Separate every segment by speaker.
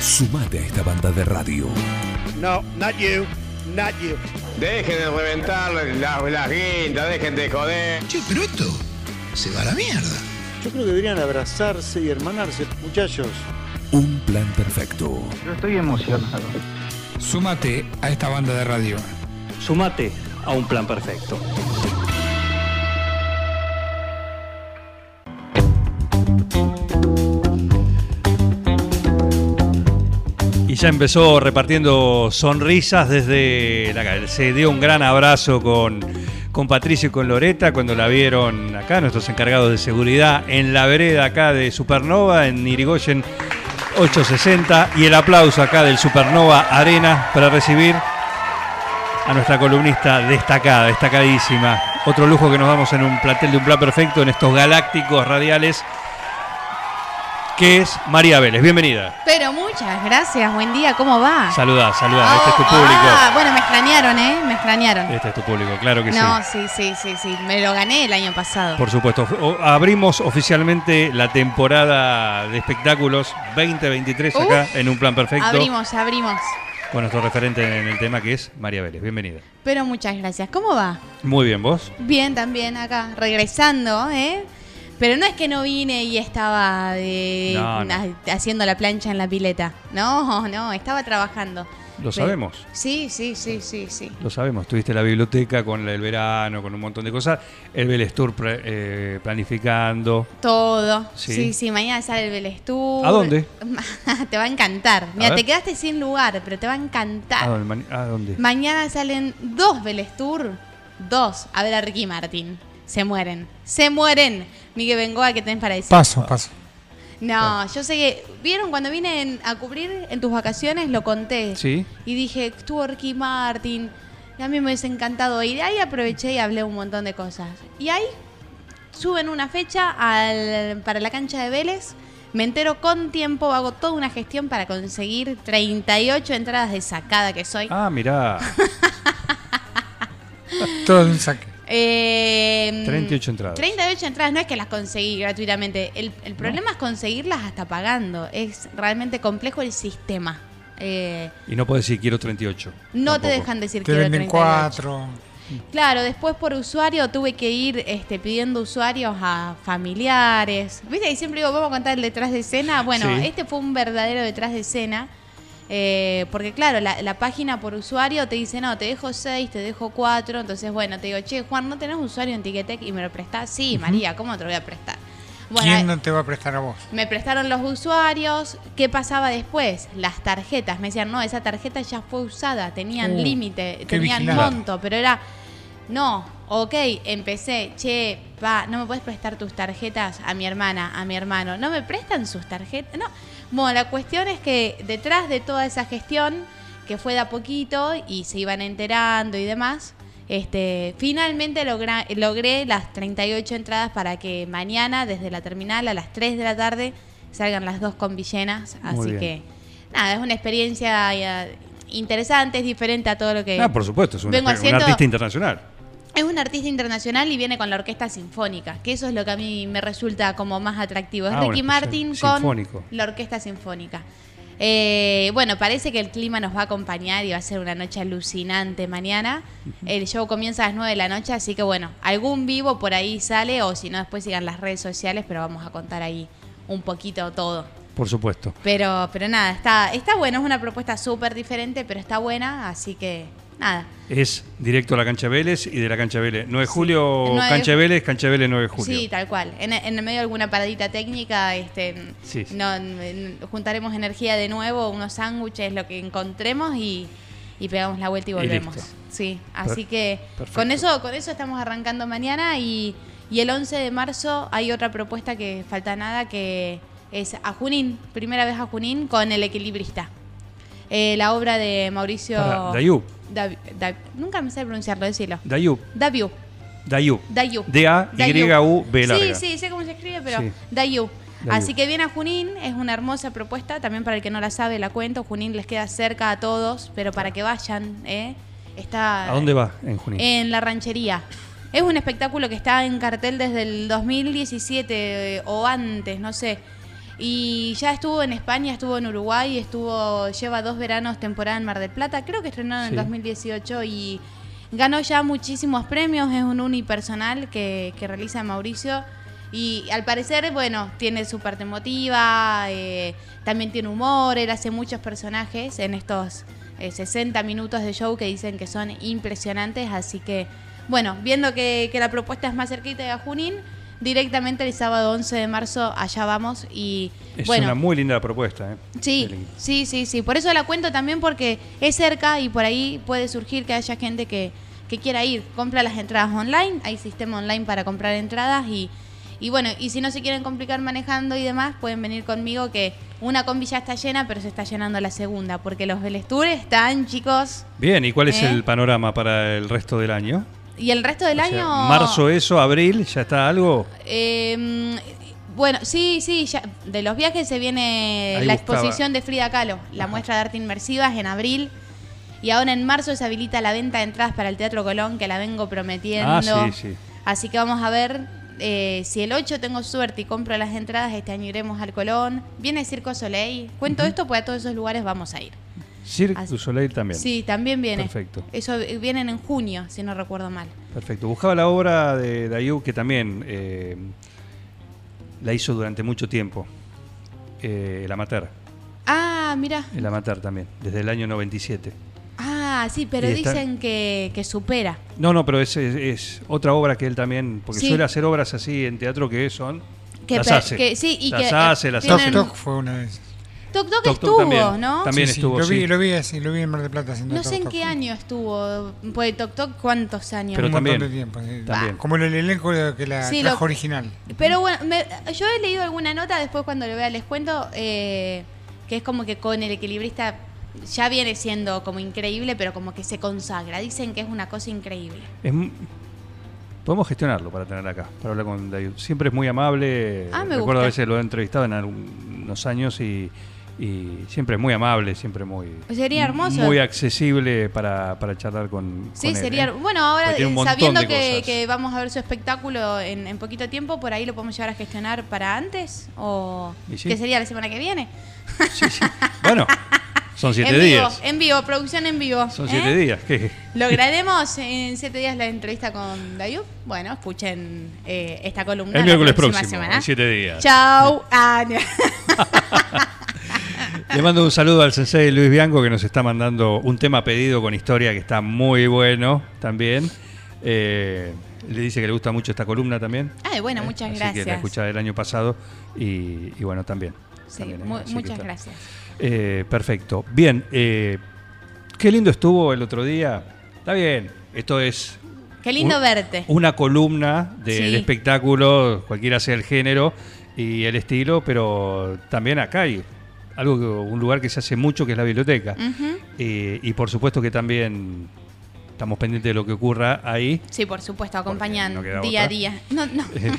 Speaker 1: Sumate a esta banda de radio.
Speaker 2: No, not you, not you.
Speaker 3: Dejen de reventar las la guindas, dejen de joder.
Speaker 4: Che, pero esto se va a la mierda.
Speaker 5: Yo creo que deberían abrazarse y hermanarse, muchachos.
Speaker 1: Un plan perfecto.
Speaker 6: Yo estoy emocionado.
Speaker 7: Súmate a esta banda de radio.
Speaker 8: Súmate a un plan perfecto.
Speaker 9: Y ya empezó repartiendo sonrisas desde la calle. Se dio un gran abrazo con, con Patricio y con Loreta cuando la vieron acá, nuestros encargados de seguridad, en la vereda acá de Supernova, en Irigoyen 860. Y el aplauso acá del Supernova Arena para recibir a nuestra columnista destacada, destacadísima. Otro lujo que nos damos en un platel de un plan perfecto en estos galácticos radiales, que es María Vélez. Bienvenida.
Speaker 10: Pero muchas gracias, buen día, ¿cómo va?
Speaker 9: Saludá, saludá, este es tu público.
Speaker 10: Ah, bueno, me extrañaron, ¿eh? Me extrañaron.
Speaker 9: Este es tu público, claro que
Speaker 10: no,
Speaker 9: sí.
Speaker 10: sí, sí, sí, sí, me lo gané el año pasado.
Speaker 9: Por supuesto. O- abrimos oficialmente la temporada de espectáculos 2023 acá
Speaker 10: Uf,
Speaker 9: en un plan perfecto
Speaker 10: Abrimos, abrimos.
Speaker 9: con nuestro referente en el tema que es María Vélez. Bienvenida.
Speaker 10: Pero muchas gracias, ¿cómo va?
Speaker 9: Muy bien, vos.
Speaker 10: Bien también acá, regresando, ¿eh? Pero no es que no vine y estaba de-
Speaker 9: No, no.
Speaker 10: ha- haciendo la plancha en la pileta. No, no, estaba trabajando.
Speaker 9: Lo
Speaker 10: Pero-
Speaker 9: sabemos.
Speaker 10: Sí, sí, sí, sí, sí.
Speaker 9: Lo sabemos, tuviste la biblioteca con el verano, con un montón de cosas. El Vélez Tour pre- eh, planificando.
Speaker 10: Todo.
Speaker 9: Sí.
Speaker 10: Sí. sí, mañana sale el Belestú.
Speaker 9: ¿A dónde?
Speaker 10: te va a encantar.
Speaker 9: ver.
Speaker 10: Mira, te quedaste sin lugar, pero te va a encantar.
Speaker 9: ¿A Ah, dónde? mani- a dónde?
Speaker 10: Mañana salen dos Belestur. Dos. A ver a Ricky Martín. Se mueren. Se mueren. Miguel Bengoa, ¿qué tenés para decir?
Speaker 7: Paso, paso.
Speaker 10: No, yo sé que. ¿Vieron cuando vine en- a cubrir en tus vacaciones? Lo conté.
Speaker 9: Sí.
Speaker 10: Y dije, estuvo Ricky Martin. Y a mí me hubiese encantado ir. Ahí aproveché y hablé un montón de cosas. Y ahí suben una fecha al- para la cancha de Vélez. Me entero con tiempo, hago toda una gestión para conseguir 38 entradas de sacada que soy.
Speaker 9: Ah, mirá,
Speaker 7: Todo de un saque.
Speaker 10: Eh,
Speaker 9: 38 entradas.
Speaker 10: 38 entradas, no es que las conseguí gratuitamente. El, el problema es conseguirlas hasta pagando. Es realmente complejo el sistema. Eh,
Speaker 9: Y no puedes decir quiero 38.
Speaker 10: no te
Speaker 9: Tampoco.
Speaker 10: dejan decir
Speaker 7: Te
Speaker 10: quiero
Speaker 7: venden
Speaker 10: 38.
Speaker 7: cuatro.
Speaker 10: Claro, después por usuario tuve que ir este, pidiendo usuarios a familiares. ¿Viste? Y siempre digo, vamos a contar el detrás de escena. Bueno,
Speaker 9: Sí.
Speaker 10: este fue un verdadero detrás de escena. eh, porque claro, la, la página por usuario te dice, no, te dejo 6, te dejo 4. Entonces, bueno, te digo, che, Juan, ¿no tenés usuario en Ticketek y me lo prestás? Sí, María, ¿cómo te lo voy a prestar? Bueno,
Speaker 7: ¿Quién no te va a prestar a vos?
Speaker 10: me prestaron los usuarios. ¿Qué pasaba después? Las tarjetas. Me decían, no, esa tarjeta ya fue usada. Tenían
Speaker 7: Uh,
Speaker 10: límite,
Speaker 7: qué
Speaker 10: tenían
Speaker 7: vigilante.
Speaker 10: monto, pero era. No, ok, empecé. Che, pa, no me puedes prestar tus tarjetas a mi hermana, a mi hermano. No me prestan sus tarjetas. No. Bueno, la cuestión es que detrás de toda esa gestión, que fue de a poquito y se iban enterando y demás. Este, finalmente logra- logré las 38 entradas para que mañana desde la terminal a las 3 de la tarde salgan las dos con Villenas.
Speaker 9: Muy
Speaker 10: Así
Speaker 9: bien.
Speaker 10: que nada, es una experiencia eh, interesante, es diferente a todo lo que...
Speaker 9: Ah, por supuesto, es un,
Speaker 10: vengo
Speaker 9: un
Speaker 10: haciendo-
Speaker 9: artista internacional.
Speaker 10: Es un artista internacional y viene con la orquesta sinfónica, que eso es lo que a mí me resulta como más atractivo. Es
Speaker 9: Ah,
Speaker 10: Ricky
Speaker 9: una especie
Speaker 10: Martin
Speaker 9: sinfónico.
Speaker 10: con la orquesta sinfónica. Eh, bueno, parece que el clima nos va a acompañar y va a ser una noche alucinante mañana. El show comienza a las 9 de la noche, así que bueno, algún vivo por ahí sale o si no después sigan las redes sociales, pero vamos a contar ahí un poquito todo.
Speaker 9: Por supuesto.
Speaker 10: Pero, pero nada, está, está bueno, es una propuesta súper diferente, pero está buena, así que nada.
Speaker 9: Es directo a la cancha Vélez y de la cancha Vélez. 9 de julio,
Speaker 10: El 9 de
Speaker 9: cancha
Speaker 10: ju-
Speaker 9: Vélez, cancha Vélez 9 de julio.
Speaker 10: Sí, tal cual. En, en el medio de alguna paradita técnica, este,
Speaker 9: Sí, sí.
Speaker 10: no- n- juntaremos energía de nuevo, unos sándwiches, lo que encontremos y, y pegamos la vuelta y volvemos.
Speaker 9: listo.
Speaker 10: sí, así
Speaker 9: Per-
Speaker 10: que
Speaker 9: perfecto.
Speaker 10: con eso, con eso estamos arrancando mañana y, y el 11 de marzo hay otra propuesta que falta nada que es a Junín, primera vez a Junín con el equilibrista. Eh, la obra de Mauricio
Speaker 9: Pará, Dayú.
Speaker 10: Davi- Davi- nunca me sé pronunciarlo, decirlo.
Speaker 9: Dayub,
Speaker 10: Daviu.
Speaker 9: Dayub.
Speaker 10: Dayu.
Speaker 9: D-A-Y-U-B larga.
Speaker 10: Sí, sí, sé cómo se escribe, pero
Speaker 9: Sí.
Speaker 10: Dayu.
Speaker 9: Dayu.
Speaker 10: Así que viene a Junín, es una hermosa propuesta, también para el que no la sabe la cuento, Junín les queda cerca a todos, pero para que vayan, ¿eh? Está
Speaker 9: ¿A dónde va en Junín?
Speaker 10: en la ranchería. Es un espectáculo que está en cartel desde el 2017 eh, o antes, no sé. Y ya estuvo en España, estuvo en Uruguay, estuvo lleva dos veranos temporada en Mar del Plata. Creo que estrenaron en
Speaker 9: Sí.
Speaker 10: 2018 y ganó ya muchísimos premios. Es un unipersonal que, que realiza Mauricio. Y al parecer, bueno, tiene su parte emotiva, eh, también tiene humor, él hace muchos personajes en estos eh, 60 minutos de show que dicen que son impresionantes, así que, bueno, viendo que, que la propuesta es más cerquita de Junín, directamente el sábado 11 de marzo allá vamos y,
Speaker 9: Es
Speaker 10: bueno,
Speaker 9: una muy linda propuesta. ¿eh? Muy
Speaker 10: Sí,
Speaker 9: linda.
Speaker 10: sí, sí, sí. Por eso la cuento también porque es cerca y por ahí puede surgir que haya gente que, que quiera ir. Compra las entradas online, hay sistema online para comprar entradas y, y bueno, y si no se quieren complicar manejando y demás, pueden venir conmigo que una combi ya está llena, pero se está llenando la segunda porque los Vélez Tour están, chicos.
Speaker 9: Bien, ¿y cuál es
Speaker 10: ¿Eh?
Speaker 9: el panorama para el resto del año?
Speaker 10: Y el resto del
Speaker 9: O sea,
Speaker 10: año...
Speaker 9: marzo eso, abril, ¿ya está algo?
Speaker 10: Eh, bueno, sí, sí, ya- de los viajes se viene
Speaker 9: Ahí
Speaker 10: la
Speaker 9: buscaba.
Speaker 10: exposición de Frida Kahlo, la muestra de arte inmersivas en abril. Y ahora en marzo se habilita la venta de entradas para el Teatro Colón, que la vengo prometiendo.
Speaker 9: Ah, sí, sí.
Speaker 10: Así que vamos a ver eh, si el 8 tengo suerte y compro las entradas, este año iremos al Colón. Viene Circo Soleil. Cuento esto porque a todos esos lugares vamos a ir.
Speaker 9: Cirque
Speaker 10: Así-
Speaker 9: du Soleil también.
Speaker 10: Sí, también viene.
Speaker 9: Perfecto.
Speaker 10: Eso eh, vienen en junio, si no recuerdo mal.
Speaker 9: Perfecto. Buscaba la obra de Dayú, que también eh, la hizo durante mucho tiempo. Eh, el Amateur.
Speaker 10: Ah, mira.
Speaker 9: El Amateur también, desde el año 97.
Speaker 10: Ah, sí, pero
Speaker 9: Y está-
Speaker 10: dicen que, que supera.
Speaker 9: No, no, pero es, es- es otra obra que él también, porque
Speaker 10: Sí.
Speaker 9: suele hacer obras así en teatro que son...
Speaker 10: Que
Speaker 9: las
Speaker 10: per-
Speaker 9: hace.
Speaker 10: que sí, y
Speaker 9: las
Speaker 10: que, eh,
Speaker 9: hace, las
Speaker 10: tienen-
Speaker 9: hace.
Speaker 7: Toc Toc fue una de esas.
Speaker 10: Toc Toc
Speaker 9: Toc Toc
Speaker 10: estuvo,
Speaker 9: también.
Speaker 10: ¿no?
Speaker 9: También
Speaker 7: Sí, sí,
Speaker 9: estuvo,
Speaker 7: Lo vi,
Speaker 9: sí.
Speaker 7: lo vi así, lo vi en Mar del Plata haciendo
Speaker 10: No sé
Speaker 7: Toc
Speaker 10: en
Speaker 7: Toc.
Speaker 10: qué año estuvo, pues Toc Toc cuántos años.
Speaker 9: Pero
Speaker 7: un montón
Speaker 9: también.
Speaker 7: de tiempo. sí.
Speaker 9: También.
Speaker 7: Como el elenco de- que la
Speaker 10: Sí, lo-
Speaker 7: trajo original.
Speaker 10: Pero bueno, me- yo he leído alguna nota, después cuando lo vea les cuento, eh, que es como que con el equilibrista ya viene siendo como increíble, pero como que se consagra. Dicen que es una cosa increíble.
Speaker 9: Es mu- podemos gestionarlo para tener acá, para hablar con Dayú. Siempre es muy amable.
Speaker 10: Ah, me
Speaker 9: Recuerdo
Speaker 10: gusta.
Speaker 9: a veces lo he entrevistado en algunos años y, y siempre es muy amable, siempre muy...
Speaker 10: Sería hermoso.
Speaker 9: Muy accesible para, para charlar con
Speaker 10: Sí,
Speaker 9: con él,
Speaker 10: sería.
Speaker 9: ¿eh?
Speaker 10: Bueno, ahora
Speaker 9: Porque tiene un
Speaker 10: eh,
Speaker 9: montón
Speaker 10: sabiendo
Speaker 9: de
Speaker 10: que,
Speaker 9: cosas.
Speaker 10: que vamos a ver su espectáculo en, en poquito tiempo, por ahí lo podemos llegar a gestionar para antes o
Speaker 9: Y sí.
Speaker 10: que sería la semana que viene.
Speaker 9: Sí, sí. Bueno, son siete
Speaker 10: en vivo,
Speaker 9: días.
Speaker 10: en vivo, producción en vivo.
Speaker 9: Son
Speaker 10: ¿eh?
Speaker 9: siete días. ¿Qué?
Speaker 10: ¿Lograremos en siete días la entrevista con Dayub? Bueno, escuchen eh, esta columna.
Speaker 9: El
Speaker 10: la
Speaker 9: miércoles
Speaker 10: próxima
Speaker 9: próximo,
Speaker 10: semana.
Speaker 9: en siete días. Eh,
Speaker 10: Chau. Ah, no.
Speaker 9: Le mando un saludo al sensei Luis Bianco que nos está mandando un tema pedido con historia que está muy bueno también. Eh, le dice que le gusta mucho esta columna también.
Speaker 10: Ay, bueno, muchas
Speaker 9: Eh, Así
Speaker 10: gracias.
Speaker 9: que la escuchaba el año pasado y, y bueno, también.
Speaker 10: Sí,
Speaker 9: También, eh,
Speaker 10: mu-
Speaker 9: así que
Speaker 10: muchas
Speaker 9: está.
Speaker 10: gracias.
Speaker 9: Eh, perfecto. Bien, eh, qué lindo estuvo el otro día. Está bien, esto es...
Speaker 10: Qué lindo
Speaker 9: un-
Speaker 10: verte.
Speaker 9: Una columna de,
Speaker 10: Este. Sí.
Speaker 9: de espectáculo, cualquiera sea el género y el estilo, pero también acá hay algo, que- un lugar que se hace mucho que es la biblioteca.
Speaker 10: Ujú.
Speaker 9: Eh, y por supuesto que también estamos pendientes de lo que ocurra ahí.
Speaker 10: Sí, por supuesto, acompañando
Speaker 9: no queda
Speaker 10: día a
Speaker 9: otra.
Speaker 10: día. No, no.
Speaker 9: Eh,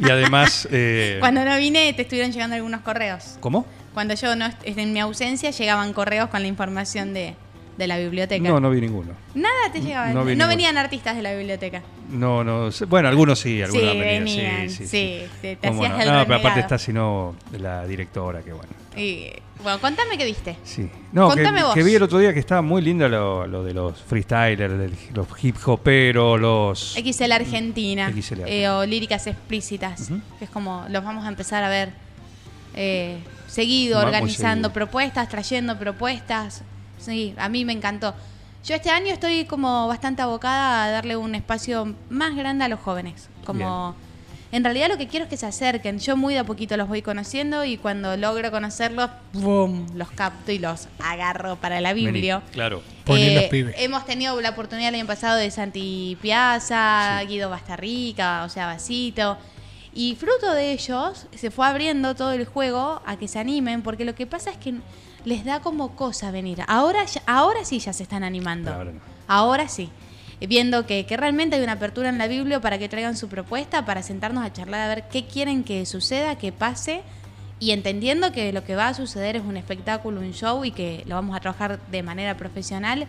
Speaker 9: y además... eh,
Speaker 10: Cuando no vine te estuvieron llegando algunos correos.
Speaker 9: ¿Cómo?
Speaker 10: Cuando yo no est- en mi ausencia llegaban correos con la información de, de la biblioteca.
Speaker 9: No, no vi ninguno.
Speaker 10: Nada te llegaba.
Speaker 9: no
Speaker 10: No,
Speaker 9: vi ningún-
Speaker 10: venían artistas de la biblioteca.
Speaker 9: No, no. sé. Bueno, algunos sí, algunos
Speaker 10: Sí,
Speaker 9: venían,
Speaker 10: venían,
Speaker 9: Sí, sí,
Speaker 10: sí, sí, te
Speaker 9: ¿Cómo
Speaker 10: hacías
Speaker 9: no?
Speaker 10: el
Speaker 9: No, pero aparte
Speaker 10: renegado.
Speaker 9: está sino la directora, que bueno.
Speaker 10: Y, bueno, contame qué viste.
Speaker 9: Sí. No, que,
Speaker 10: Contame vos.
Speaker 9: que vi el otro día que estaba muy lindo lo, lo de los freestylers, del- los hip hoperos, los.
Speaker 10: XL Argentina.
Speaker 9: XL Argentina.
Speaker 10: eh, o líricas explícitas. Que es como los vamos a empezar a ver eh, seguido,
Speaker 9: Vamos
Speaker 10: organizando
Speaker 9: seguido.
Speaker 10: propuestas, trayendo propuestas. Sí, a mí me encantó. Yo este año estoy como bastante abocada a darle un espacio más grande a los jóvenes. Como. En realidad lo que quiero es que se acerquen. Yo muy de a poquito los voy conociendo y cuando logro conocerlos, ¡boom! Los capto y los agarro para la
Speaker 9: Vení,
Speaker 10: Biblia.
Speaker 9: Claro.
Speaker 7: Ponen
Speaker 10: Eh,
Speaker 7: los pibes.
Speaker 10: Hemos tenido la oportunidad el año pasado de Santi Piazza, Guido Bastarrica, o sea, Basito. Y fruto de ellos se fue abriendo todo el juego a que se animen, porque lo que pasa es que les da como cosa venir. Ahora, ya- ahora sí ya se están animando.
Speaker 9: Ahora no.
Speaker 10: Ahora sí. Viendo que, que realmente hay una apertura en la Biblia para que traigan su propuesta, para sentarnos a charlar, a ver qué quieren que suceda, que pase, y entendiendo que lo que va a suceder es un espectáculo, un show, y que lo vamos a trabajar de manera profesional.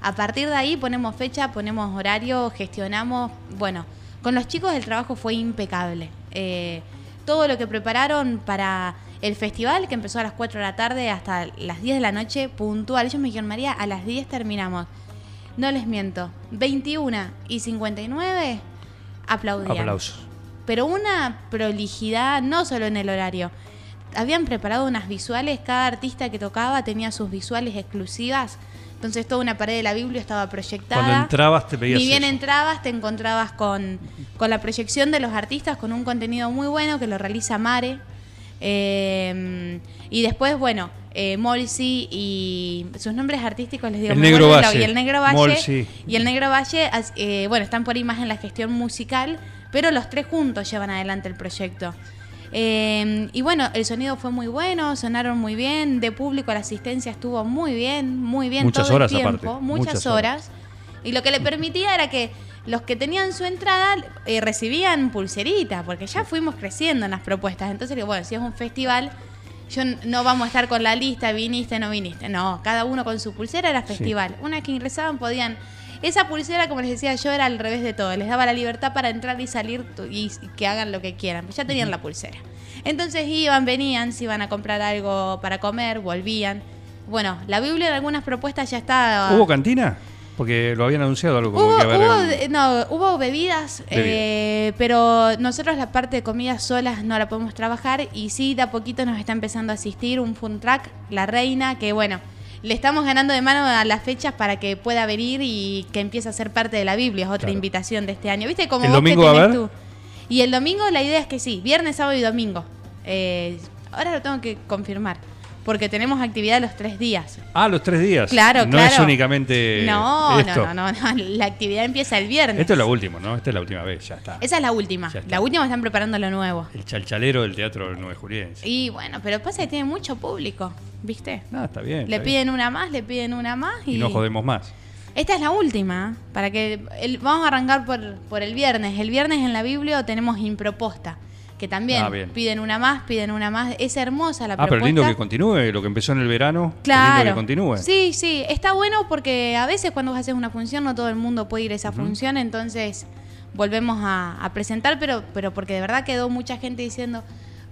Speaker 10: A partir de ahí ponemos fecha, ponemos horario, gestionamos. Bueno, con los chicos el trabajo fue impecable. Eh, todo lo que prepararon para el festival que empezó a las 4 de la tarde hasta las 10 de la noche, puntual. Ellos me dijeron, María, a las 10 terminamos. No les miento, 21 y 59 aplaudían.
Speaker 9: Aplausos.
Speaker 10: Pero una prolijidad, no solo en el horario. Habían preparado unas visuales, cada artista que tocaba tenía sus visuales exclusivas. Entonces toda una pared de la Biblia estaba proyectada.
Speaker 9: Cuando entrabas te veías
Speaker 10: Ni bien
Speaker 9: eso.
Speaker 10: entrabas, te encontrabas con, con la proyección de los artistas, con un contenido muy bueno que lo realiza Mare. Eh, y después, bueno, eh, Morrissey y sus nombres artísticos les digo.
Speaker 9: El
Speaker 10: me
Speaker 9: Negro
Speaker 10: vuelven
Speaker 9: Valle.
Speaker 10: loca. Y el Negro Valle.
Speaker 9: Morrissey.
Speaker 10: Y el Negro Valle, as- eh, bueno, están por ahí más en la gestión musical, pero los tres juntos llevan adelante el proyecto. Eh, y bueno, el sonido fue muy bueno, sonaron muy bien, de público la asistencia estuvo muy bien, muy bien
Speaker 9: Muchas
Speaker 10: todo
Speaker 9: horas
Speaker 10: el tiempo,
Speaker 9: aparte,
Speaker 10: muchas,
Speaker 9: muchas
Speaker 10: horas. Y lo que le permitía era que los que tenían su entrada eh, recibían pulserita, porque ya fuimos creciendo en las propuestas. Entonces digo, bueno, si es un festival, yo n- no vamos a estar con la lista, viniste, no viniste. No, cada uno con su pulsera era festival. Una vez que ingresaban podían... Esa pulsera, como les decía yo, era al revés de todo. Les daba la libertad para entrar y salir tu- y s- que hagan lo que quieran. Ya tenían la pulsera. Entonces iban, venían, se iban a comprar algo para comer, volvían. Bueno, la Biblia en algunas propuestas ya está...
Speaker 9: ¿Hubo cantina? Porque lo habían anunciado algo como
Speaker 10: Ah. Hubo,
Speaker 9: que iba a haber
Speaker 10: hubo
Speaker 9: un-
Speaker 10: de- no, hubo bebidas, eh, pero nosotros la parte de comidas solas no la podemos trabajar y sí, de a poquito nos está empezando a asistir un fun track, La Reina, que bueno, le estamos ganando de mano a las fechas para que pueda venir y que empiece a ser parte de la Biblia, es otra
Speaker 9: Claro.
Speaker 10: invitación de este año. ¿Viste como
Speaker 9: ¿El
Speaker 10: vos que
Speaker 9: domingo va a
Speaker 10: tenés
Speaker 9: haber?
Speaker 10: tú? Y el domingo la idea es que sí, viernes, sábado y domingo. Eh, ahora lo tengo que confirmar, porque tenemos actividad los tres días.
Speaker 9: Ah, los tres días.
Speaker 10: Claro,
Speaker 9: no
Speaker 10: claro.
Speaker 9: es únicamente.
Speaker 10: No,
Speaker 9: esto.
Speaker 10: no, no, no, no. La actividad empieza el viernes.
Speaker 9: Esto es lo último, ¿no? Esta es la última vez, ya está.
Speaker 10: Esa es la última.
Speaker 9: Ya está.
Speaker 10: La última están preparando lo nuevo.
Speaker 9: El chalchalero del teatro 9 Juliense.
Speaker 10: Y bueno, pero pasa que tiene mucho público, ¿viste?
Speaker 9: No, está bien.
Speaker 10: Le
Speaker 9: está bien.
Speaker 10: piden una más, le piden una más y...
Speaker 9: Y no jodemos más.
Speaker 10: Esta es la última, ¿eh? para que... el- vamos a arrancar por, por el viernes. El viernes en la Biblia tenemos improposta, que también
Speaker 9: Ah, bien.
Speaker 10: piden una más, piden una más. Es hermosa la
Speaker 9: Ah, pero lindo que
Speaker 10: propuesta.
Speaker 9: continúe, lo que empezó en el verano. qué
Speaker 10: Claro.
Speaker 9: Lindo que continúe.
Speaker 10: Sí, sí. Está bueno porque a veces cuando vos haces una función no todo el mundo puede ir a esa función, entonces volvemos a, a presentar, pero, pero porque de verdad quedó mucha gente diciendo,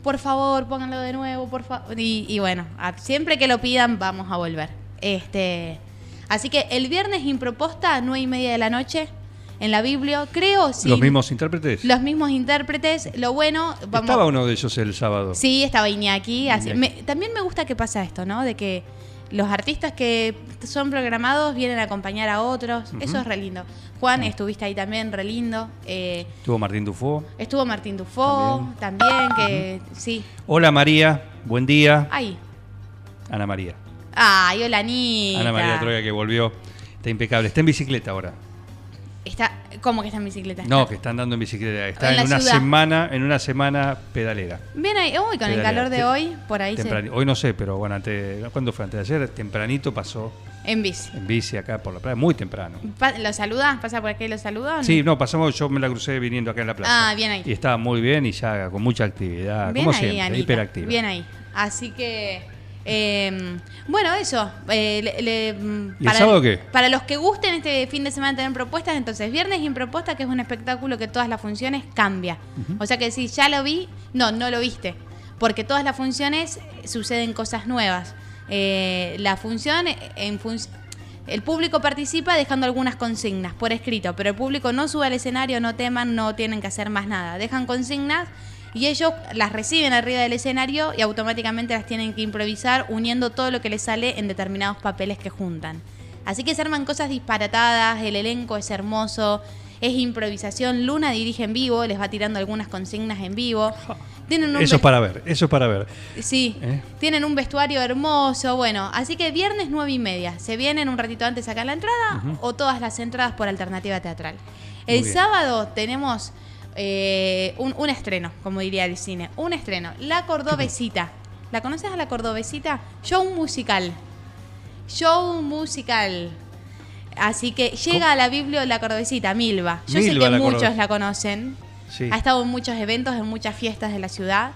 Speaker 10: por favor, pónganlo de nuevo, por favor. Y, y bueno, a- siempre que lo pidan vamos a volver. Este, así que el viernes improposta, nueve y media de la noche, en la Biblia, creo, sí.
Speaker 9: Los mismos intérpretes.
Speaker 10: Los mismos intérpretes. Lo bueno, vamos.
Speaker 9: Estaba uno de ellos el sábado.
Speaker 10: Sí, estaba Iñaki. así-
Speaker 9: Iñaki.
Speaker 10: me- también me gusta que pasa esto, ¿no? De que los artistas que son programados vienen a acompañar a otros. Eso es re lindo. Juan, estuviste ahí también, re lindo. Eh,
Speaker 9: Estuvo Martín Dufo.
Speaker 10: estuvo Martín Dufo también, que sí.
Speaker 9: Hola María, buen día.
Speaker 10: Ay,
Speaker 9: Ana María.
Speaker 10: ay, hola Anita.
Speaker 9: Ana María Troya que volvió. Está impecable. Está en bicicleta ahora.
Speaker 10: Está, ¿Cómo que está en bicicleta?
Speaker 9: No, que está andando en bicicleta. Está
Speaker 10: En
Speaker 9: en,
Speaker 10: la
Speaker 9: una
Speaker 10: ciudad.
Speaker 9: semana, en una semana pedalera.
Speaker 10: Bien ahí, uy, con el
Speaker 9: Pedalera.
Speaker 10: calor de
Speaker 9: Te-
Speaker 10: hoy, por ahí se-
Speaker 9: Temprani- Hoy no sé, pero bueno, antes, ¿cuándo fue? Antes de ayer, tempranito pasó
Speaker 10: en bici.
Speaker 9: en bici acá por la playa, muy temprano.
Speaker 10: Pa- ¿Lo saludás? ¿Pasa por aquí y lo saludás? o no?
Speaker 9: Sí, no, pasamos, yo me la crucé viniendo acá en la plaza.
Speaker 10: Ah, bien ahí.
Speaker 9: Y estaba muy bien y ya con mucha actividad,
Speaker 10: Bien
Speaker 9: como
Speaker 10: ahí,
Speaker 9: siempre,
Speaker 10: Anita.
Speaker 9: hiperactiva.
Speaker 10: Bien ahí. Así que. eh, bueno, eso. eh, le- le- mm,
Speaker 9: ¿Y el sábado qué?
Speaker 10: Para los que gusten este fin de semana tener propuestas, entonces viernes impropuesta, que es un espectáculo que todas las funciones cambia. O sea que si ya lo vi, no, no lo viste. Porque todas las funciones eh, suceden cosas nuevas. Eh, la función eh, en func- El público participa dejando algunas consignas por escrito, pero el público no sube al escenario, no teman, no tienen que hacer más nada. Dejan consignas y ellos las reciben arriba del escenario y automáticamente las tienen que improvisar uniendo todo lo que les sale en determinados papeles que juntan. Así que se arman cosas disparatadas, el elenco es hermoso, es improvisación, Luna dirige en vivo, les va tirando algunas consignas en vivo. Tienen un
Speaker 9: Eso es
Speaker 10: vest-
Speaker 9: para ver, eso es para ver.
Speaker 10: Sí,
Speaker 9: ¿Eh?
Speaker 10: tienen un vestuario hermoso, bueno, así que viernes 9 y media, se vienen un ratito antes acá en la entrada o todas las entradas por alternativa teatral.
Speaker 9: Muy
Speaker 10: El
Speaker 9: bien.
Speaker 10: sábado tenemos eh, un, un estreno, como diría el cine, un estreno, La Cordobesita. ¿La conoces a La Cordobesita? Show musical. Show musical. Así que llega a la Biblia La Cordobesita, Milva. Yo
Speaker 9: Milva
Speaker 10: sé que
Speaker 9: La
Speaker 10: muchos
Speaker 9: Cordobesita.
Speaker 10: la conocen.
Speaker 9: Sí.
Speaker 10: Ha estado en muchos eventos, en muchas fiestas de la ciudad.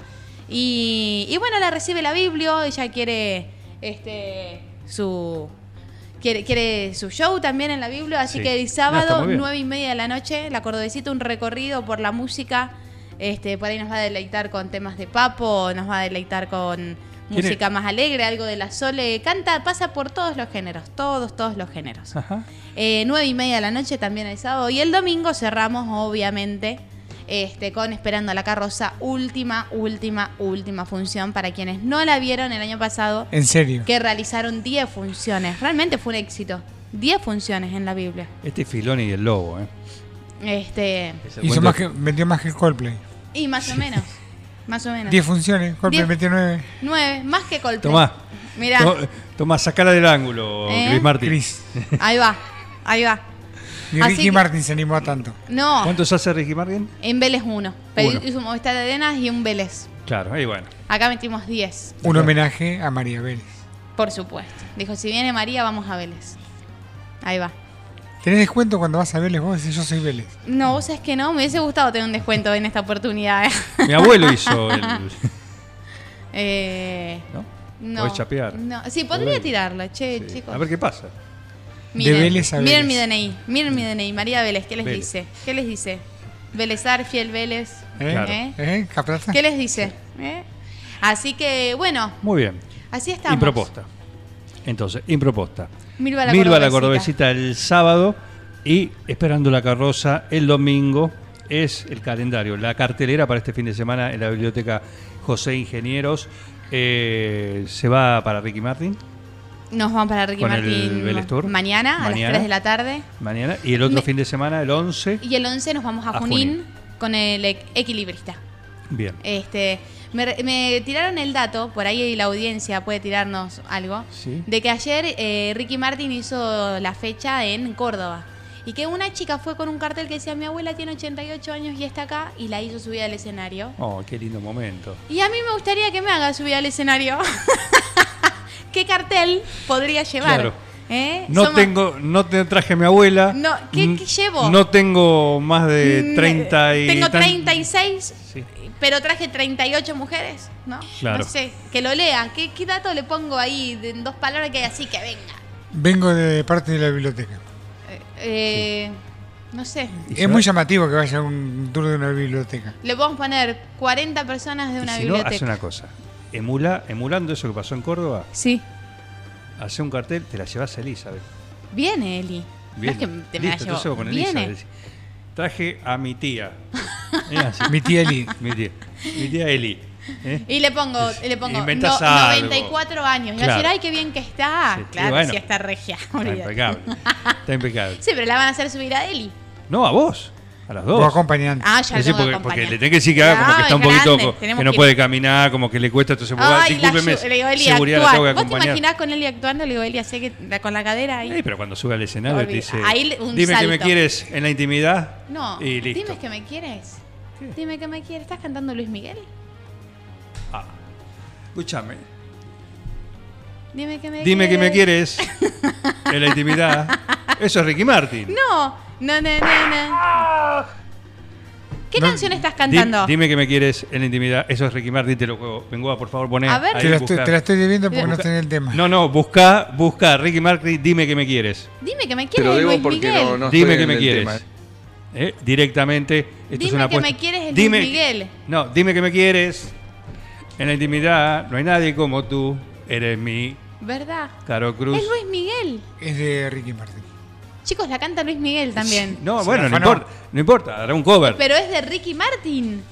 Speaker 10: Y, y bueno, la recibe la Biblia, ella quiere este su quiere, quiere su show también en la Biblia, así
Speaker 9: Sí.
Speaker 10: que el
Speaker 9: No, está
Speaker 10: sábado,
Speaker 9: muy bien.
Speaker 10: nueve y media de la noche, la cordobesita, un recorrido por la música Este, por ahí nos va a deleitar con temas de papo, nos va a deleitar con
Speaker 9: ¿Quién es?
Speaker 10: música más alegre, algo de la Sole. Canta, pasa por todos los géneros, todos, todos los géneros.
Speaker 9: Ajá.
Speaker 10: Eh, nueve y media de la noche también el sábado. Y el domingo cerramos, obviamente, este, con Esperando a la Carroza, última, última, última función para quienes no la vieron el año pasado,
Speaker 7: En serio.
Speaker 10: que realizaron 10 funciones. Realmente fue un éxito. 10 funciones en la Biblia.
Speaker 9: Este Filoni y el Lobo, ¿eh?
Speaker 10: Este,
Speaker 9: Ese
Speaker 7: Hizo
Speaker 9: cuento-
Speaker 7: más que, metió más que el Coldplay.
Speaker 10: y más o menos. Más o menos.
Speaker 7: 10 funciones, Coldplay
Speaker 10: Diez.
Speaker 7: metió 9.
Speaker 10: 9, más que Coldplay.
Speaker 9: Tomá.
Speaker 10: Mirá,
Speaker 9: To- Tomá, sacala del ángulo,
Speaker 10: ¿Eh?
Speaker 9: Cris Martín.
Speaker 7: Chris.
Speaker 10: ahí va, ahí va.
Speaker 7: Ni
Speaker 10: Así
Speaker 7: Ricky
Speaker 10: que-
Speaker 7: Martin se animó a tanto.
Speaker 10: No,
Speaker 9: ¿Cuántos hace Ricky Martin?
Speaker 10: en Vélez 1. Pero
Speaker 9: Uno.
Speaker 10: hizo un Movistar de Arenas y un Vélez.
Speaker 9: Claro, ahí bueno.
Speaker 10: Acá metimos 10,
Speaker 7: Un homenaje a María Vélez.
Speaker 10: por supuesto. Dijo, si viene María, vamos a Vélez. Ahí va.
Speaker 7: ¿Tenés descuento cuando vas a Vélez? Vos decís, yo soy Vélez.
Speaker 10: No, vos sabés que no, me hubiese gustado tener un descuento en esta oportunidad. ¿eh?
Speaker 9: Mi abuelo hizo el.
Speaker 10: Eh,
Speaker 9: ¿No?
Speaker 10: no.
Speaker 9: Podés chapear.
Speaker 10: No. Sí, podría
Speaker 9: Podés.
Speaker 10: tirarlo, che,
Speaker 9: Sí.
Speaker 10: chicos.
Speaker 9: A ver qué pasa.
Speaker 10: miren,
Speaker 7: de Vélez a
Speaker 10: miren mi
Speaker 7: Vélez.
Speaker 10: DNI, miren mi DNI. María Vélez, ¿qué les
Speaker 9: Vélez.
Speaker 10: dice? ¿Qué les dice? Vélezar, fiel Vélez.
Speaker 7: ¿Eh?
Speaker 9: Claro.
Speaker 10: ¿Eh?
Speaker 7: ¿Eh? ¿Caplata?
Speaker 10: ¿Qué les dice? ¿Eh? Así que, bueno,
Speaker 9: Muy bien.
Speaker 10: así estamos.
Speaker 9: Improposta. Entonces, improposta.
Speaker 10: Milva la
Speaker 9: Milva la
Speaker 10: cordobesita.
Speaker 9: cordobesita el sábado y esperando la carroza el domingo. Es el calendario, la cartelera para este fin de semana en la biblioteca José Ingenieros. Eh, se va para Ricky Martin
Speaker 10: Nos vamos para Ricky
Speaker 9: Con el
Speaker 10: Martín
Speaker 9: Vélez Tour.
Speaker 10: mañana, a las
Speaker 9: Mañana.
Speaker 10: 3 de la tarde.
Speaker 9: mañana y el otro
Speaker 10: Me-
Speaker 9: fin de semana, el 11.
Speaker 10: Y el 11 nos vamos a,
Speaker 9: A
Speaker 10: Junín,
Speaker 9: Junín.
Speaker 10: con el equ- equilibrista.
Speaker 9: Bien.
Speaker 10: Este, me, re- me tiraron el dato, por ahí la audiencia puede tirarnos algo,
Speaker 9: Sí.
Speaker 10: de que ayer eh, Ricky Martin hizo la fecha en Córdoba. Y que una chica fue con un cartel que decía, mi abuela tiene 88 años y está acá, y la hizo subir al escenario.
Speaker 9: Oh, qué lindo momento.
Speaker 10: Y a mí me gustaría que me haga subir al escenario. ¿Qué cartel podría llevar?
Speaker 9: Claro.
Speaker 10: ¿Eh?
Speaker 9: No
Speaker 10: Somos-
Speaker 9: tengo, no te traje a mi abuela.
Speaker 10: No, ¿qué-
Speaker 9: N-
Speaker 10: qué llevo?
Speaker 9: No tengo más de
Speaker 10: Mm,
Speaker 9: 30 Eh, y
Speaker 10: Tengo
Speaker 9: tan-
Speaker 10: 36,
Speaker 9: Sí.
Speaker 10: pero traje 38 mujeres, ¿no?
Speaker 9: Claro.
Speaker 10: No sé, que lo lean. ¿Qué, qué dato le pongo ahí de- en dos palabras que así que venga?
Speaker 7: Vengo de parte de la biblioteca.
Speaker 10: Eh, eh, No sé.
Speaker 9: Y se
Speaker 7: Es
Speaker 9: va-
Speaker 7: muy llamativo que vaya a un tour de una biblioteca.
Speaker 10: Le podemos poner 40 personas de
Speaker 9: y
Speaker 10: una
Speaker 9: si no,
Speaker 10: biblioteca.
Speaker 9: hace una cosa. Emula, emulando eso que pasó en Córdoba,
Speaker 10: Sí.
Speaker 9: hace un cartel, te la llevas a Elizabeth.
Speaker 10: Viene, Eli.
Speaker 9: Bien.
Speaker 10: No es que te me la
Speaker 9: Listo,
Speaker 10: llevo.
Speaker 9: entonces con
Speaker 10: Viene.
Speaker 9: Elizabeth. Traje a mi tía. Es así,
Speaker 7: Mi tía Eli.
Speaker 9: mi tía. Mi tía Eli. ¿eh?
Speaker 10: Y le pongo, y le pongo
Speaker 9: Inventas
Speaker 10: no-
Speaker 9: algo.
Speaker 10: 94 años. Y va a
Speaker 9: Claro.
Speaker 10: decir, ay, qué bien que está.
Speaker 9: Sí, sí,
Speaker 10: claro,
Speaker 9: bueno.
Speaker 10: sí está regia.
Speaker 9: Está
Speaker 10: olvídate.
Speaker 9: impecable. Está impecable.
Speaker 10: Sí, pero la van a hacer subir a Eli.
Speaker 9: No, a vos. A las
Speaker 7: Tu
Speaker 9: dos.
Speaker 7: acompañante.
Speaker 10: Ah, ya
Speaker 9: Es
Speaker 10: lo
Speaker 9: decir,
Speaker 10: tengo
Speaker 9: porque,
Speaker 10: que
Speaker 9: porque
Speaker 10: acompañar.
Speaker 9: le tenés que decir que haga como
Speaker 10: Ah,
Speaker 9: que está un
Speaker 10: es
Speaker 9: poquito
Speaker 10: grande,
Speaker 9: co-
Speaker 10: tenemos
Speaker 9: que no
Speaker 10: ir.
Speaker 9: puede caminar, como que le cuesta, entonces vos,
Speaker 10: Ay, la
Speaker 9: discúlpeme,
Speaker 10: ayu- le digo, Eli,
Speaker 9: seguridad la tengo que
Speaker 10: actúa. ¿Vos te
Speaker 9: acompañar.
Speaker 10: imaginás con Eli actuando? Le digo, Eli, hace que la- con la cadera ahí.
Speaker 9: Eh, pero cuando sube al escenario te
Speaker 10: Olvida.
Speaker 9: dice,
Speaker 10: Ahí le- un
Speaker 9: dime que me
Speaker 10: salto.
Speaker 9: quieres en la intimidad
Speaker 10: no,
Speaker 9: y listo.
Speaker 10: dime que me quieres. Dime que me quieres. ¿Estás cantando Luis Miguel?
Speaker 9: Escúchame,
Speaker 10: Dime que me
Speaker 9: dime que me quieres en la intimidad. Eso es Ricky Martin.
Speaker 10: No, no, no, no, no. ¿Qué canción estás
Speaker 9: Di-
Speaker 10: cantando?
Speaker 9: dime que me quieres en la intimidad. Eso es Ricky Martin, te lo juego. Vengo a por favor poner.
Speaker 10: A ver.
Speaker 9: ahí,
Speaker 7: Te la, estoy,
Speaker 9: buscar.
Speaker 7: te la estoy debiendo porque no
Speaker 9: Busca-
Speaker 7: tenés el tema.
Speaker 9: No, no, busca, busca Ricky Martin, dime que me quieres.
Speaker 10: Dime que me
Speaker 3: Te
Speaker 10: quieres
Speaker 3: lo debo
Speaker 10: Luis
Speaker 3: porque
Speaker 10: Miguel.
Speaker 3: no, no estoy
Speaker 9: Dime
Speaker 3: en
Speaker 9: que me
Speaker 3: el
Speaker 9: quieres.
Speaker 3: tema.
Speaker 9: Eh, Directamente. Esto
Speaker 10: Dime
Speaker 9: es una
Speaker 10: que
Speaker 9: apuesta.
Speaker 10: me quieres, es Luis
Speaker 9: Dime-
Speaker 10: Miguel.
Speaker 9: No, dime que me quieres. En la intimidad no hay nadie como tú. Eres mi
Speaker 10: ¿Verdad?
Speaker 9: Caro Cruz.
Speaker 10: Es Luis Miguel.
Speaker 7: Es de Ricky Martin.
Speaker 10: Chicos, la canta Luis Miguel también.
Speaker 9: No,
Speaker 7: Se
Speaker 9: bueno,
Speaker 7: la
Speaker 9: no
Speaker 7: afanó.
Speaker 9: importa. No importa, hará un cover.
Speaker 10: Pero es de Ricky Martin.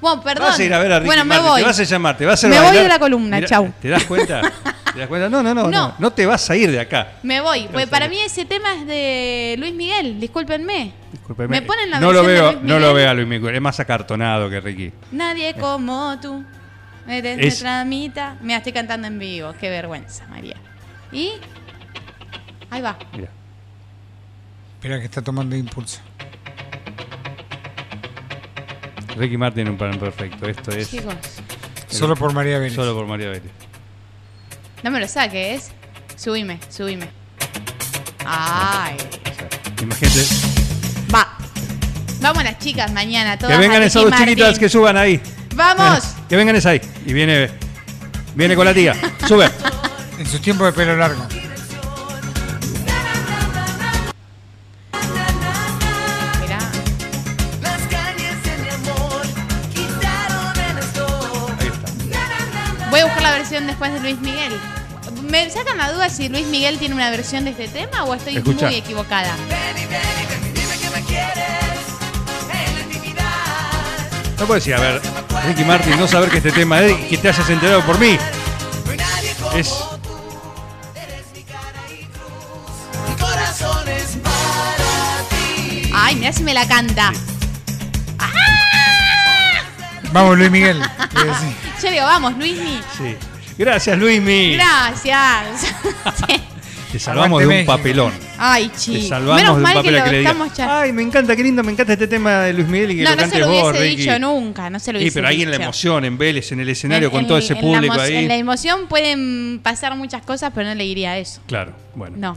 Speaker 10: Bueno, perdón.
Speaker 9: Vas a ir a ver a Ricky
Speaker 10: bueno,
Speaker 9: Martin,
Speaker 10: me voy.
Speaker 9: Te vas a llamar, te vas a
Speaker 10: Me
Speaker 9: bailar.
Speaker 10: voy de la columna,
Speaker 9: Mirá,
Speaker 10: chau.
Speaker 9: ¿Te das cuenta? ¿Te das cuenta? No, no, no, no.
Speaker 10: No.
Speaker 9: No, te vas a ir de acá.
Speaker 10: Me voy, porque
Speaker 9: Gracias.
Speaker 10: para mí ese tema es de Luis Miguel, discúlpenme.
Speaker 9: Discúlpeme.
Speaker 10: Me ponen la
Speaker 9: no lo
Speaker 10: versión de
Speaker 9: veo,
Speaker 10: Luis
Speaker 9: no lo
Speaker 10: Miguel.
Speaker 9: veo a Luis Miguel. Es más acartonado que Ricky.
Speaker 10: Nadie como tú. Me te- me
Speaker 9: Eh. Es-
Speaker 10: tramita. Mira, estoy cantando en vivo, qué vergüenza, María. Y ahí va.
Speaker 9: Mira.
Speaker 7: Espera que está tomando impulso.
Speaker 9: Ricky Martin un plan perfecto. Esto es
Speaker 10: Chicos,
Speaker 7: Solo por María Vélez.
Speaker 9: solo por María Vélez.
Speaker 10: no me lo saques. Subime, subime. Ay.
Speaker 9: O sea, imagínate.
Speaker 10: Va. Vamos las chicas mañana, todas.
Speaker 9: que vengan
Speaker 10: a
Speaker 9: esas
Speaker 10: Ricky
Speaker 9: dos chiquitas
Speaker 10: Martin.
Speaker 9: que suban ahí.
Speaker 10: ¡Vamos!
Speaker 9: que vengan esas ahí. Y viene. Viene con la tía. Sube.
Speaker 7: En su tiempo de pelo largo.
Speaker 10: Mirá.
Speaker 6: Las calles de mi amor
Speaker 10: canción después de Luis Miguel. Me sacan la duda si Luis Miguel tiene una versión de este tema o estoy
Speaker 9: Escucha.
Speaker 10: muy equivocada.
Speaker 9: No puedo decir, a ver, Ricky Martin, no saber que este tema es y que te hayas enterado por mí. Es.
Speaker 10: Ay, mira si me la canta.
Speaker 7: Vamos, Luis Miguel. te voy a decir.
Speaker 10: Yo digo, vamos, Luismi.
Speaker 9: Sí. Gracias, Luismi.
Speaker 10: Gracias. Sí.
Speaker 9: Te salvamos de un
Speaker 7: México.
Speaker 9: papelón.
Speaker 10: Ay,
Speaker 9: Te
Speaker 10: chicos.
Speaker 9: salvamos de
Speaker 10: Menos
Speaker 9: un
Speaker 10: mal que
Speaker 9: papel
Speaker 10: lo
Speaker 9: que le
Speaker 10: estamos
Speaker 9: diga.
Speaker 10: charlando.
Speaker 9: Ay, me encanta, qué lindo, me encanta este tema de Luis Miguel y que
Speaker 10: No,
Speaker 9: lo
Speaker 10: no se
Speaker 9: cantes
Speaker 10: lo
Speaker 9: vos,
Speaker 10: hubiese
Speaker 9: Ricky.
Speaker 10: dicho nunca. No se lo
Speaker 9: Sí,
Speaker 10: hubiese
Speaker 9: pero ahí en la
Speaker 10: dicho.
Speaker 9: emoción, en Vélez, en el escenario,
Speaker 10: En-
Speaker 9: con
Speaker 10: en-
Speaker 9: todo ese
Speaker 10: en la
Speaker 9: público
Speaker 10: emo-
Speaker 9: ahí.
Speaker 10: En la emoción pueden pasar muchas cosas, pero no le diría eso.
Speaker 9: Claro, bueno.
Speaker 10: No.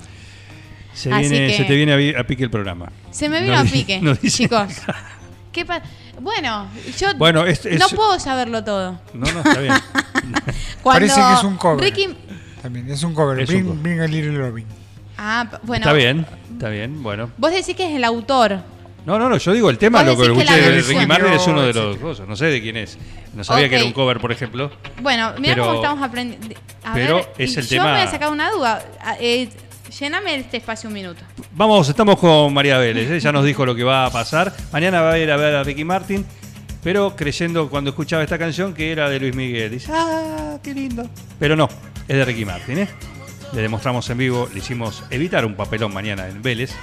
Speaker 9: Se,
Speaker 10: Así
Speaker 9: viene-
Speaker 10: que-
Speaker 9: se te viene a vi- a, pique el programa.
Speaker 10: Se me vino
Speaker 9: No
Speaker 10: a
Speaker 9: di-
Speaker 10: pique,
Speaker 9: no dice-
Speaker 10: chicos. ¿Qué pa- bueno, yo
Speaker 9: Bueno, es- es-
Speaker 10: no puedo saberlo todo.
Speaker 9: No, no, está bien.
Speaker 10: Cuando
Speaker 7: Parece que es un cover.
Speaker 10: Ricky-
Speaker 7: También, es un cover.
Speaker 9: Es un
Speaker 7: bring,
Speaker 9: cover.
Speaker 7: Bring a Little Robin.
Speaker 10: ah, p- bueno.
Speaker 9: Está bien, está bien, bueno.
Speaker 10: Vos decís que es el autor.
Speaker 9: No, no, no, yo digo el tema,
Speaker 10: Vos
Speaker 9: lo que
Speaker 10: decís que
Speaker 9: escuché
Speaker 10: la
Speaker 9: de
Speaker 10: versión-
Speaker 9: Ricky Martin es uno de
Speaker 7: etcétera.
Speaker 9: los cosas. No sé de quién es. No sabía que era
Speaker 10: Ok.
Speaker 9: un cover, por ejemplo.
Speaker 10: Bueno, mira
Speaker 9: Pero-
Speaker 10: cómo estamos aprendiendo. A
Speaker 9: pero
Speaker 10: ver,
Speaker 9: es
Speaker 10: y
Speaker 9: el
Speaker 10: yo
Speaker 9: tema-
Speaker 10: me voy a sacar una duda. Ah, eh, lléname este espacio un minuto.
Speaker 9: Vamos, estamos con María Vélez, ¿eh? ya nos dijo lo que va a pasar. Mañana va a ir a ver a Ricky Martin, pero creyendo cuando escuchaba esta canción que era de Luis Miguel. Dice, ah, qué lindo. Pero no, es de Ricky Martin, ¿eh? Le demostramos en vivo, le hicimos evitar un papelón mañana en Vélez.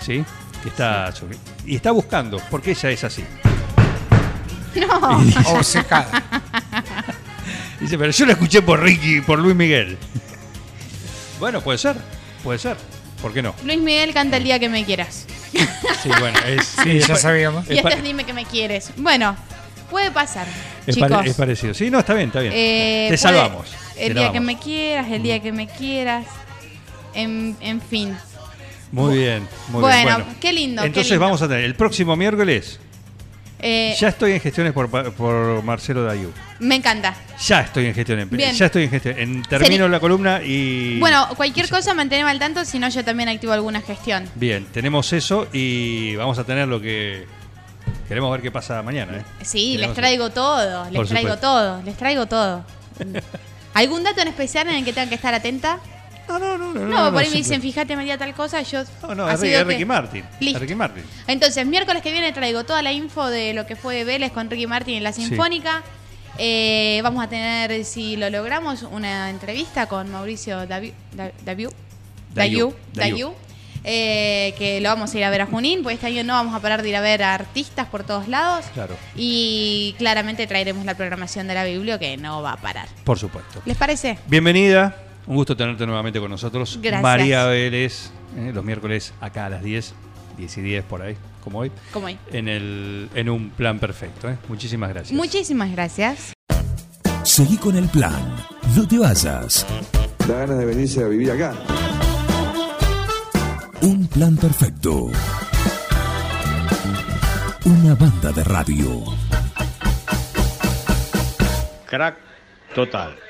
Speaker 9: ¿Sí? Que está sobre- Y está buscando, porque ella es así.
Speaker 10: No.
Speaker 7: O secada.
Speaker 9: Dice, pero yo la escuché por Ricky, por Luis Miguel. Bueno, puede ser, puede ser. ¿Por qué no?
Speaker 10: Luis Miguel canta el día que me quieras.
Speaker 9: Sí, bueno, es,
Speaker 7: Sí, ya sabíamos.
Speaker 10: Y
Speaker 9: Es pa-
Speaker 10: este es dime que me quieres. Bueno, puede pasar.
Speaker 9: Es,
Speaker 10: chicos.
Speaker 9: pare- es parecido. Sí, no, está bien, está bien.
Speaker 10: Eh,
Speaker 9: Te
Speaker 10: puede-
Speaker 9: salvamos.
Speaker 10: El
Speaker 9: Te Mm.
Speaker 10: día que
Speaker 9: lavamos.
Speaker 10: me quieras, el día que me quieras. En, en fin.
Speaker 9: Muy bien, muy bien.
Speaker 10: Bueno, qué lindo, qué
Speaker 9: Entonces
Speaker 10: lindo.
Speaker 9: vamos a tener el próximo miércoles.
Speaker 10: Eh,
Speaker 9: ya estoy en gestiones por, pa- por Marcelo Dayú.
Speaker 10: Me encanta.
Speaker 9: Ya estoy en gestiones. eh,
Speaker 10: Bien.
Speaker 9: Ya estoy en gestión. En- termino
Speaker 10: Seri-
Speaker 9: la columna y.
Speaker 10: Bueno, cualquier cosa manteneme al tanto, si no yo también activo alguna gestión.
Speaker 9: Bien, tenemos eso y vamos a tener lo que. Queremos ver qué pasa mañana. ¿eh?
Speaker 10: Sí,
Speaker 9: Queremos-
Speaker 10: les traigo todo, les
Speaker 9: Por
Speaker 10: traigo
Speaker 9: supuesto.
Speaker 10: todo, les traigo todo. ¿Algún dato en especial en el que tengan que estar atenta?
Speaker 9: No, no, no. No,
Speaker 10: No, por ahí me dicen, fíjate María tal cosa, yo...
Speaker 9: No, no,
Speaker 10: ha
Speaker 9: es Ricky,
Speaker 10: sido
Speaker 9: es Ricky
Speaker 10: que-
Speaker 9: Martin. es
Speaker 10: Listo.
Speaker 9: Ricky Martin.
Speaker 10: Entonces, miércoles que viene traigo toda la info de lo que fue Vélez con Ricky Martin en la
Speaker 9: Sí.
Speaker 10: Sinfónica. Eh, vamos a tener, si lo logramos, una entrevista con Mauricio Daviu, Da- Daviu,
Speaker 9: Dayu,
Speaker 10: Dayu,
Speaker 9: Dayu.
Speaker 10: Dayu, eh, que lo vamos a ir a ver a Junín, porque este año no vamos a parar de ir a ver a artistas por todos lados.
Speaker 9: Claro.
Speaker 10: Y claramente traeremos la programación de la Biblio que no va a parar.
Speaker 9: Por supuesto.
Speaker 10: ¿Les parece?
Speaker 9: Bienvenida, un gusto tenerte nuevamente con nosotros.
Speaker 10: Gracias.
Speaker 9: María Vélez, eh, los miércoles acá a las 10, 10 y 10 por ahí, como hoy,
Speaker 10: Como hoy.
Speaker 9: en, el, en un plan perfecto. eh. Muchísimas gracias.
Speaker 10: Muchísimas gracias.
Speaker 1: Seguí con el plan. No te vayas.
Speaker 6: Da ganas de venirse a vivir acá.
Speaker 1: Un plan perfecto. Una banda de radio.
Speaker 3: Crack total.